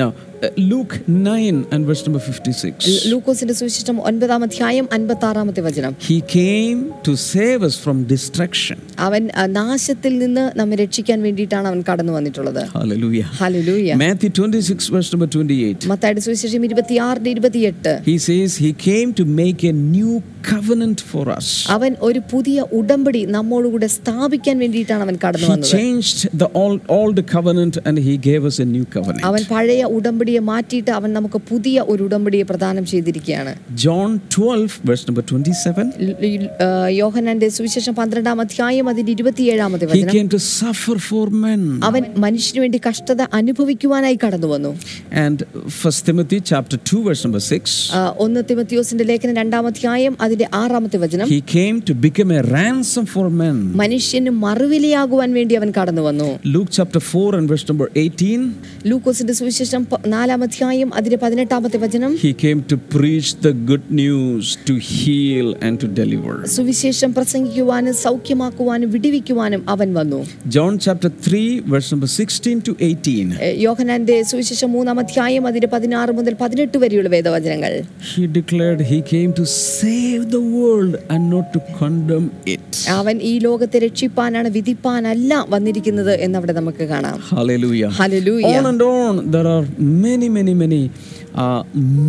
Speaker 1: Now, uh, Luke 9 and verse number 56.
Speaker 2: ലൂക്കോസിന്റെ സുവിശേഷം ഒൻപതാം അധ്യായം അൻപത്തി ആറാമത്തെ വചനം
Speaker 1: He came to save us from destruction.
Speaker 2: അവൻ ആ, നാശത്തിൽ നിന്ന് നമ്മെ രക്ഷിക്കാൻ വേണ്ടിയിട്ടാണ് അവൻ കടന്നു വന്നിട്ടുള്ളത്
Speaker 1: Hallelujah.
Speaker 2: ഹലലൂയ
Speaker 1: Matthew 26, verse number 28.
Speaker 2: മത്തായുടെ സുവിശേഷം ഇരുപത്തിയാറിന്റെ ഇരുപത്തിയെട്ട്
Speaker 1: He says he came to make a new covenant for us.
Speaker 2: അവൻ ഒരു പുതിയ ഉടമ്പടി നമ്മോടുകൂടെ സ്ഥാപിക്കാൻ വേണ്ടിയിട്ടാണ് അവൻ കടന്നു
Speaker 1: He
Speaker 2: വന്നത്
Speaker 1: changed the old, old covenant and he gave us a new covenant.
Speaker 2: അവൻ പഴയ ഉടമ്പടിയെ മാറ്റിയിട്ട് അവൻ നമുക്ക് പുതിയ ഒരു ഉടമ്പടിയെ പ്രദാനം ചെയ്തിരിക്കുകയാണ്
Speaker 1: John 12, verse number 27.
Speaker 2: ൽ- ൽ- ആ, യോഹന്നാന്റെ സുവിശേഷം പന്ത്രണ്ടാം അധ്യായം അതിന്റെ ഇരുപത്തിയേഴാമത്തെ
Speaker 1: He
Speaker 2: വചനം
Speaker 1: came to suffer for men.
Speaker 2: അവൻ മനുഷ്യന് വേണ്ടി കഷ്ടത അനുഭവിക്കുവാനായി കടന്നു വന്നു
Speaker 1: And First Timothy chapter 2, verse number 6.
Speaker 2: ആ, ഒന്ന് തിമത്തിയോസിന്റെ ലേഖനം രണ്ടാം അധ്യായം അതിന്റെ ആറാമത്തെ വചനം
Speaker 1: He came to become a ransom for men.
Speaker 2: മനുഷ്യന് മറുവിലയാകുവാൻ വേണ്ടി അവൻ കടന്നു വന്നു
Speaker 1: Luke chapter 4 and verse number 18.
Speaker 2: ലൂക്കോസിന്റെ സുവിശേഷം പ- നാലാം അധ്യായം അതിന്റെ പതിനെട്ടാമത്തെ വചനം
Speaker 1: He came to preach the good news, to heal and to deliver.
Speaker 2: സുവിശേഷം പ്രസംഗിക്കുവാനും സൗഖ്യമാക്കുവാനും വിടിവിക്കുവാനും അവൻ വന്നു
Speaker 1: John chapter 3, verse number 16 to 18.
Speaker 2: ഏ, യോഹന്നാന്റെ സുവിശേഷം മൂന്നാം അധ്യായം അതിന്റെ പതിനാറ് മുതൽ പതിനെട്ട് വരെയുള്ള വേദവചനങ്ങൾ
Speaker 1: He declared he came to save the world and not to condemn it.
Speaker 2: അവൻ ഈ ലോകത്തെ രക്ഷിപ്പാനാണ് വിധിപ്പാനല്ല വന്നിരിക്കുന്നത് എന്നവിടെ നമുക്ക് കാണാം
Speaker 1: Hallelujah.
Speaker 2: Hallelujah.
Speaker 1: On and on, there are many, many, many uh,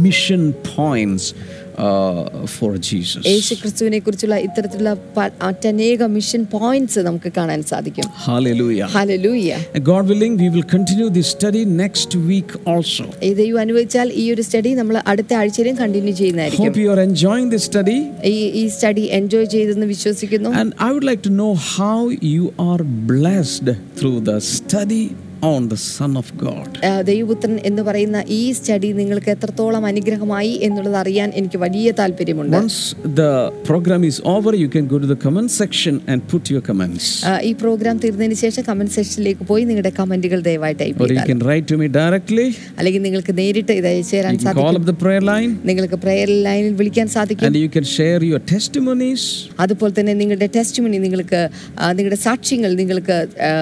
Speaker 1: mission points uh, for Jesus.
Speaker 2: യേശു ക്രിസ്തുവിനെ കുറിച്ചുള്ള ഇത്തരത്തിലുള്ള പ- ഒട്ടനേകം മിഷൻ പോയിന്റ്സ് നമുക്ക് കാണാൻ സാധിക്കും
Speaker 1: Hallelujah.
Speaker 2: Hallelujah
Speaker 1: God willing, we will continue this study next week also.
Speaker 2: ഈ ദൈവം അനുവദിച്ചാൽ ഈ ഒരു സ്റ്റഡി നമ്മൾ അടുത്ത ആഴ്ചയിലും കണ്ടിന്യൂ ചെയ്യുന്നതായിരിക്കും
Speaker 1: Hope you are enjoying this study.
Speaker 2: ഈ ഈ സ്റ്റഡി എൻജോയ് ചെയ്തെന്ന് വിശ്വസിക്കുന്നു
Speaker 1: And I would like to know how you are blessed through the study on the Son of God.
Speaker 2: ആ, ദൈവപുത്രൻ എന്ന് പറയുന്ന ഈ സ്റ്റഡി നിങ്ങൾക്ക് എത്രത്തോളം അനുഗ്രഹമായി എന്നുള്ളത് അറിയാൻ എനിക്ക് വലിയ താല്പര്യമുണ്ട്
Speaker 1: Once the program is over, you can go to the comment section and put your comments.
Speaker 2: ആ, ഈ പ്രോഗ്രാം തീർന്നതിന് ശേഷം കമന്റ് സെക്ഷനിലേക്ക് പോയി നിങ്ങളുടെ കമന്റുകൾ ദയവായി ടൈപ്പ്
Speaker 1: Or you
Speaker 2: ചെയ്താൽ
Speaker 1: can write to me directly.
Speaker 2: അല്ലെങ്കിൽ നിങ്ങൾക്ക് നേരിട്ട് ഇത് അയച്ചുതരാൻ
Speaker 1: You can call
Speaker 2: സാധിക്കും
Speaker 1: up the prayer line
Speaker 2: നിങ്ങൾക്ക് പ്രെയർ ലൈനിൽ വിളിക്കാൻ സാധിക്കും
Speaker 1: and you can share your testimonies.
Speaker 2: അതുപോലെ തന്നെ നിങ്ങളുടെ ടെസ്റ്റ് മണി നിങ്ങൾക്ക് ആ, നിങ്ങളുടെ സാക്ഷ്യങ്ങൾ നിങ്ങൾക്ക് ആ,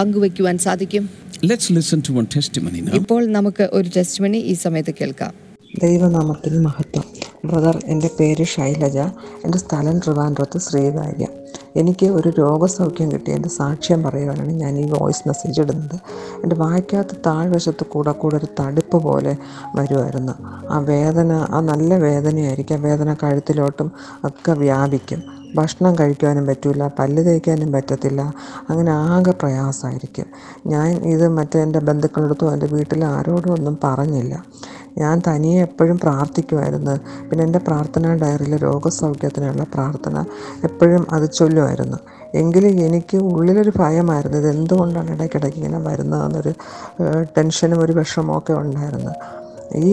Speaker 2: പങ്കുവെക്കുവാൻ സാധിക്കും
Speaker 1: Let's listen to one testimony now.
Speaker 2: ഇപ്പോൾ നമുക്ക് ഒരു ടെസ്റ്റ് മണി ഈ സമയത്ത് കേൾക്കാം
Speaker 4: ദൈവനാമത്തിന് മഹത്വം ബ്രദർ എൻ്റെ പേര് ശൈലജ എൻ്റെ സ്ഥലം ട്രിവാൻഡ്രത്ത് ശ്രീകാര്യ എനിക്ക് ഒരു രോഗസൗഖ്യം കിട്ടി എൻ്റെ സാക്ഷ്യം പറയുവാനാണ് ഞാൻ ഈ വോയിസ് മെസ്സേജ് ഇടുന്നത് എൻ്റെ വായിക്കകത്ത് താഴ്വശത്ത് കൂടെ കൂടെ ഒരു തടുപ്പ് പോലെ വരുമായിരുന്നു ആ വേദന ആ നല്ല വേദനയായിരിക്കും ആ വേദന കഴുത്തിലോട്ടും ഒക്കെ വ്യാപിക്കും ഭക്ഷണം കഴിക്കാനും പറ്റില്ല പല്ല് തേക്കാനും പറ്റത്തില്ല അങ്ങനെ ആകെ പ്രയാസമായിരിക്കും ഞാൻ ഇത് മറ്റേ എൻ്റെ ബന്ധുക്കളടുത്തും എൻ്റെ വീട്ടിലെ ആരോടും ഒന്നും പറഞ്ഞില്ല ഞാൻ തനിയെ എപ്പോഴും പ്രാർത്ഥിക്കുമായിരുന്നു പിന്നെ എൻ്റെ പ്രാർത്ഥനാ ഡയറിയിൽ രോഗസൗഖ്യത്തിനുള്ള പ്രാർത്ഥന എപ്പോഴും അത് ചൊല്ലുമായിരുന്നു എങ്കിലും എനിക്ക് ഉള്ളിലൊരു ഭയമായിരുന്നു ഇത് എന്തുകൊണ്ടാണ് ഇടയ്ക്കിടയ്ക്ക് ഇങ്ങനെ വരുന്നതെന്നൊരു ഏഹ്, ടെൻഷനും ഒരു വിഷമമൊക്കെ ഉണ്ടായിരുന്നു ഈ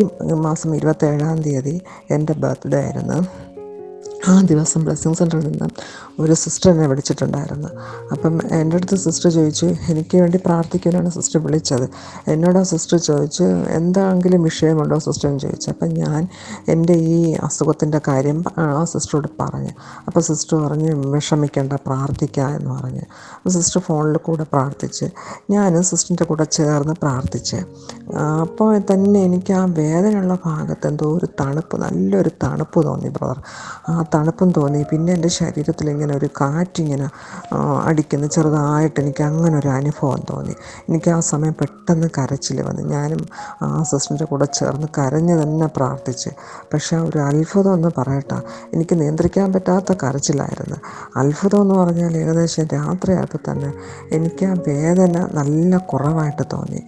Speaker 4: മാസം ഇരുപത്തേഴാം തീയതി എൻ്റെ ബർത്ത്ഡേ ആയിരുന്നു ആ ദിവസം ബ്ലെസ്സിങ് സെൻറ്ററിൽ നിന്ന് ഒരു സിസ്റ്റർ എന്നെ വിളിച്ചിട്ടുണ്ടായിരുന്നു അപ്പം എൻ്റെ അടുത്ത് സിസ്റ്റർ ചോദിച്ചു എനിക്ക് വേണ്ടി പ്രാർത്ഥിക്കാനാണ് സിസ്റ്റർ വിളിച്ചത് എന്നോട് ആ സിസ്റ്റർ ചോദിച്ചു എന്തെങ്കിലും വിഷയമുണ്ടോ സിസ്റ്റർ എന്ന് ചോദിച്ചു അപ്പം ഞാൻ എൻ്റെ ഈ അസുഖത്തിൻ്റെ കാര്യം ആ സിസ്റ്ററോട് പറഞ്ഞു അപ്പോൾ സിസ്റ്റർ പറഞ്ഞു വിഷമിക്കേണ്ട പ്രാർത്ഥിക്കുക എന്ന് പറഞ്ഞ് അപ്പോൾ സിസ്റ്റർ ഫോണിൽ കൂടെ പ്രാർത്ഥിച്ച് ഞാനും സിസ്റ്ററിൻ്റെ കൂടെ ചേർന്ന് പ്രാർത്ഥിച്ച് ആ, അപ്പോൾ തന്നെ എനിക്ക് ആ വേദനയുള്ള ഭാഗത്ത് എന്തോ ഒരു തണുപ്പ് നല്ലൊരു തണുപ്പ് തോന്നി ബ്രദർ ആ തണുപ്പും തോന്നി പിന്നെ എൻ്റെ ശരീരത്തിൽ ഇങ്ങനെ ഒരു കാറ്റിങ്ങനെ ആ, അടിക്കുന്ന ചെറുതായിട്ട് എനിക്ക് അങ്ങനെ ഒരു അനുഭവം തോന്നി എനിക്ക് ആ സമയം പെട്ടെന്ന് കരച്ചിൽ വന്നു ഞാനും ആ സിസ്റ്ററിൻ്റെ കൂടെ ചേർന്ന് കരഞ്ഞ് തന്നെ പ്രാർത്ഥിച്ച് പക്ഷേ ഒരു അത്ഭുതം എന്ന് പറയട്ടെ എനിക്ക് നിയന്ത്രിക്കാൻ പറ്റാത്ത കരച്ചിലായിരുന്നു അത്ഭുതം എന്ന് പറഞ്ഞാൽ ഏകദേശം രാത്രിയായപ്പോൾ തന്നെ എനിക്ക് ആ വേദന നല്ല കുറവായിട്ട് തോന്നി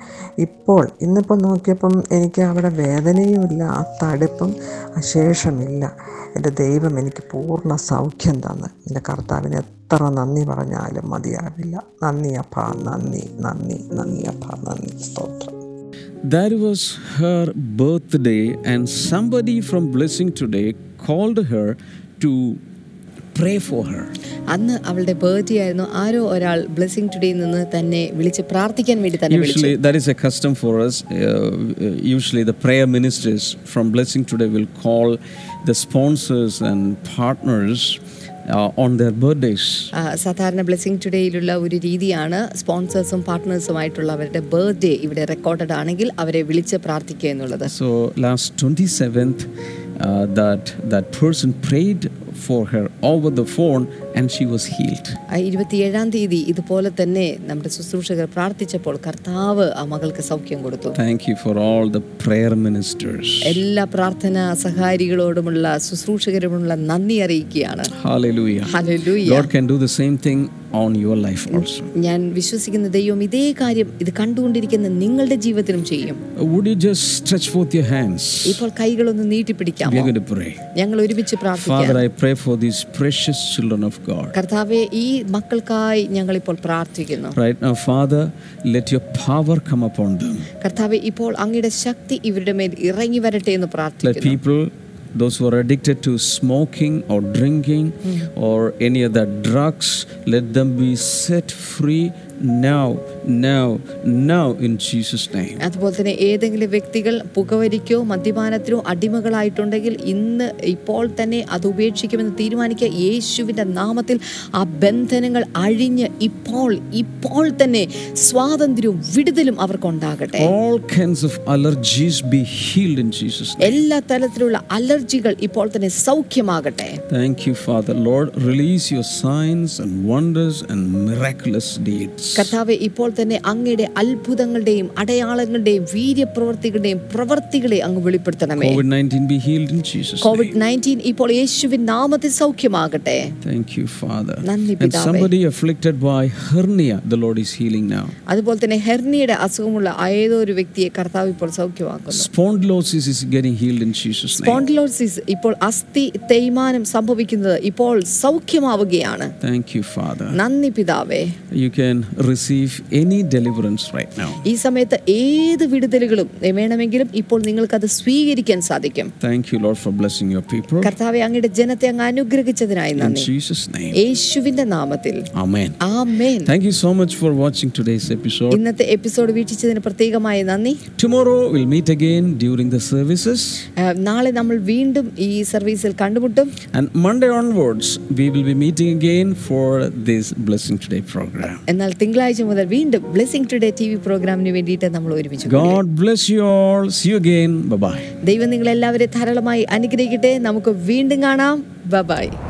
Speaker 4: ഇപ്പോൾ ഇന്നിപ്പോൾ നോക്കിയപ്പം എനിക്ക് അവിടെ വേദനയുമില്ല ആ തടുപ്പും ആ ശേഷമില്ല എൻ്റെ ദൈവം എനിക്ക് പൂർണ്ണ സൗഖ്യം തന്ന് എൻ്റെ കർത്താവിന് എത്ര നന്ദി പറഞ്ഞാലും മതിയാവില്ല നന്ദി അപ്പാ നന്ദി നന്ദി നന്ദി അപ്പാ നന്ദി സ്തോത്രം
Speaker 1: That was her birthday, and somebody from Blessing Today called her to pray for her.
Speaker 2: അന്ന് അവളുടെ ബർത്ത്ഡേ ആയിരുന്നു ആരോ ഒരാൾ ബ്ലെസ്സിങ് ടുഡേയിൽ നിന്ന് തന്നെ വിളിച്ച് പ്രാർത്ഥിക്കാൻ വേണ്ടി തന്നെ വിളിച്ചു
Speaker 1: Usually, that is a custom for us. Uh, usually, the prayer ministers from Blessing Today will call the sponsors and partners uh, on their birthdays.
Speaker 2: ആ, സാധാരണ ബ്ലെസ്സിങ് ടുഡേയിലുള്ള ഒരു രീതിയാണ് സ്പോൺസേഴ്സും പാർട്ട്നേഴ്സുമായിട്ടുള്ള അവരുടെ ബർത്ത്ഡേ ഇവിടെ റെക്കോർഡഡ് ആണെങ്കിൽ അവരെ വിളിച്ച് പ്രാർത്ഥിക്കുക എന്നുള്ളത്
Speaker 1: So, last 27th, uh, that that person prayed for her over the phone, and she was healed.
Speaker 2: ആ, ഇരുപത്തിയേഴാം തീയതി ഇതുപോലെ തന്നെ നമ്മുടെ ശുശ്രൂഷകർ പ്രാർത്ഥിച്ചപ്പോൾ കർത്താവ് ആ മകൾക്ക് സൗഖ്യം കൊടുത്തു
Speaker 1: Thank you for all the prayer ministers.
Speaker 2: എല്ലാ പ്രാർത്ഥന സഹാരികളോടുമുള്ള ശുശ്രൂഷകരോടുമുള്ള നന്ദി അറിയിക്കുകയാണ്
Speaker 1: Hallelujah.
Speaker 2: Hallelujah.
Speaker 1: God can do the same thing on your life also.
Speaker 2: ഞാൻ വിശ്വസിക്കുന്ന ദൈവം ഇതേ കാര്യം ഇത് കണ്ടുകൊണ്ടിരിക്കുന്ന നിങ്ങളുടെ ജീവിതത്തിലും ചെയ്യും
Speaker 1: Uh, Would you just stretch forth your hands?
Speaker 2: ഇപ്പോൾ കൈകളൊന്ന്
Speaker 1: We
Speaker 2: നീട്ടിപ്പിടിക്കാമോ
Speaker 1: are going to pray.
Speaker 2: ഞങ്ങൾ ഒരുമിച്ച് പ്രാർത്ഥിക്കാം
Speaker 1: Father, I pray for these precious children of God.
Speaker 2: കർത്താവെ ഈ മക്കൾക്കായി ഞങ്ങളിപ്പോൾ പ്രാർത്ഥിക്കുന്നു
Speaker 1: Right now, Father, let your power come upon them.
Speaker 2: കർത്താവെ ഇപ്പോൾ അങ്ങയുടെ ശക്തി ഇവരുടെ മേൽ ഇറങ്ങി വരട്ടെ എന്ന്
Speaker 1: Let
Speaker 2: പ്രാർത്ഥിക്കുന്നു
Speaker 1: people, those who are addicted to smoking or drinking or any other drugs, let them be set free now, now, now in Jesus' name.
Speaker 2: അതുപോലെ തന്നെ ഏതെങ്കിലും വ്യക്തികൾ പുകവലിക്കോ മദ്യപാനത്തിനോ അടിമകളായിട്ടുണ്ടെങ്കിൽ ഇന്ന് ഇപ്പോൾ തന്നെ അത് ഉപേക്ഷിക്കുമെന്ന് തീരുമാനിക്കുക യേശുവിൻ്റെ നാമത്തിൽ ആ ബന്ധനങ്ങൾ അഴിഞ്ഞ് ഇപ്പോൾ ഇപ്പോൾ തന്നെ സ്വാതന്ത്ര്യവും വിടുതലും അവർക്കുണ്ടാകട്ടെ
Speaker 1: All kinds of allergies be healed in Jesus' name.
Speaker 2: എല്ലാ തരത്തിലുള്ള അലർജികൾ ഇപ്പോൾ തന്നെ സൗഖ്യമാകട്ടെ
Speaker 1: Thank you, Father. Lord, release your signs and wonders and miraculous deeds.
Speaker 2: കർത്താവെ ഇപ്പോൾ തന്നെ അങ്ങയുടെ അത്ഭുതങ്ങളുടെയും അടയാളങ്ങളുടെയും വീര്യപ്രവർത്തികളുടെയും പ്രവർത്തികളെ അങ്ങ് വെളിപ്പെടുത്തണമേ
Speaker 1: COVID 19 be healed in Jesus' name.
Speaker 2: COVID nineteen ഇപ്പോൾ യേശുവിൻ നാമത്തിൽ സൗഖ്യമാകട്ടെ
Speaker 1: Thank you, Father.
Speaker 2: നന്ദി
Speaker 1: And
Speaker 2: പിതാവേ.
Speaker 1: somebody afflicted by hernia, the Lord is healing now.
Speaker 2: അതുപോലെ തന്നെ ഹെർണിയുടെ അസുഖമുള്ള ഏതോ ഒരു വ്യക്തിയെ കർത്താവ് ഇപ്പോൾ സൗഖ്യമാക്കുന്നു
Speaker 1: Spondylosis is getting healed in Jesus' name.
Speaker 2: Spondylosis ഇപ്പോൾ അസ്ഥി തേയ്മാനം സംഭവിക്കുന്നത് ഇപ്പോൾ സൗഖ്യമാവുകയാണ്
Speaker 1: Thank you, Father.
Speaker 2: നന്ദി പിതാവേ
Speaker 1: You can receive any deliverance right now.
Speaker 2: ഈ സമയത്ത് ഏത് വിടുതലുകളും വേണമെങ്കിലും ഇപ്പോൾ നിങ്ങൾക്കത് സ്വീകരിക്കാൻ സാധിക്കും
Speaker 1: Thank you, Lord, for blessing your people.
Speaker 2: കർത്താവെ അങ്ങയുടെ ജനത്തെ അങ്ങ് അനുഗ്രഹിച്ചതിനായി
Speaker 1: In
Speaker 2: നന്ദി
Speaker 1: Jesus'
Speaker 2: E-
Speaker 1: name.
Speaker 2: യേശുവിന്റെ നാമത്തിൽ
Speaker 1: Amen.
Speaker 2: Amen
Speaker 1: Thank you so much for watching today's episode.
Speaker 2: ഇന്നത്തെ എപ്പിസോഡ് വീക്ഷിച്ചതിന് പ്രത്യേകമായി നന്ദി
Speaker 1: Tomorrow we'll meet again during the services.
Speaker 2: ആ, നാളെ നമ്മൾ വീണ്ടും ഈ സർവീസിൽ കണ്ടുമുട്ടും
Speaker 1: And Monday onwards, we will be meeting again for this Blessing Today program.
Speaker 2: എന്നാൽ തിങ്കളാഴ്ച മുതൽ വീണ്ടും ബ്ലെസ്സിംഗ് ടുഡേ ടി വി പ്രോഗ്രാമിന് വേണ്ടിയിട്ട് നമ്മൾ ഒരുമിച്ച് കൂടും.
Speaker 1: God bless you all. See you again. Bye bye.
Speaker 2: ദൈവം നിങ്ങളെല്ലാവരെ ധാരാളമായി അനുഗ്രഹിക്കട്ടെ നമുക്ക് വീണ്ടും കാണാം ബബായ്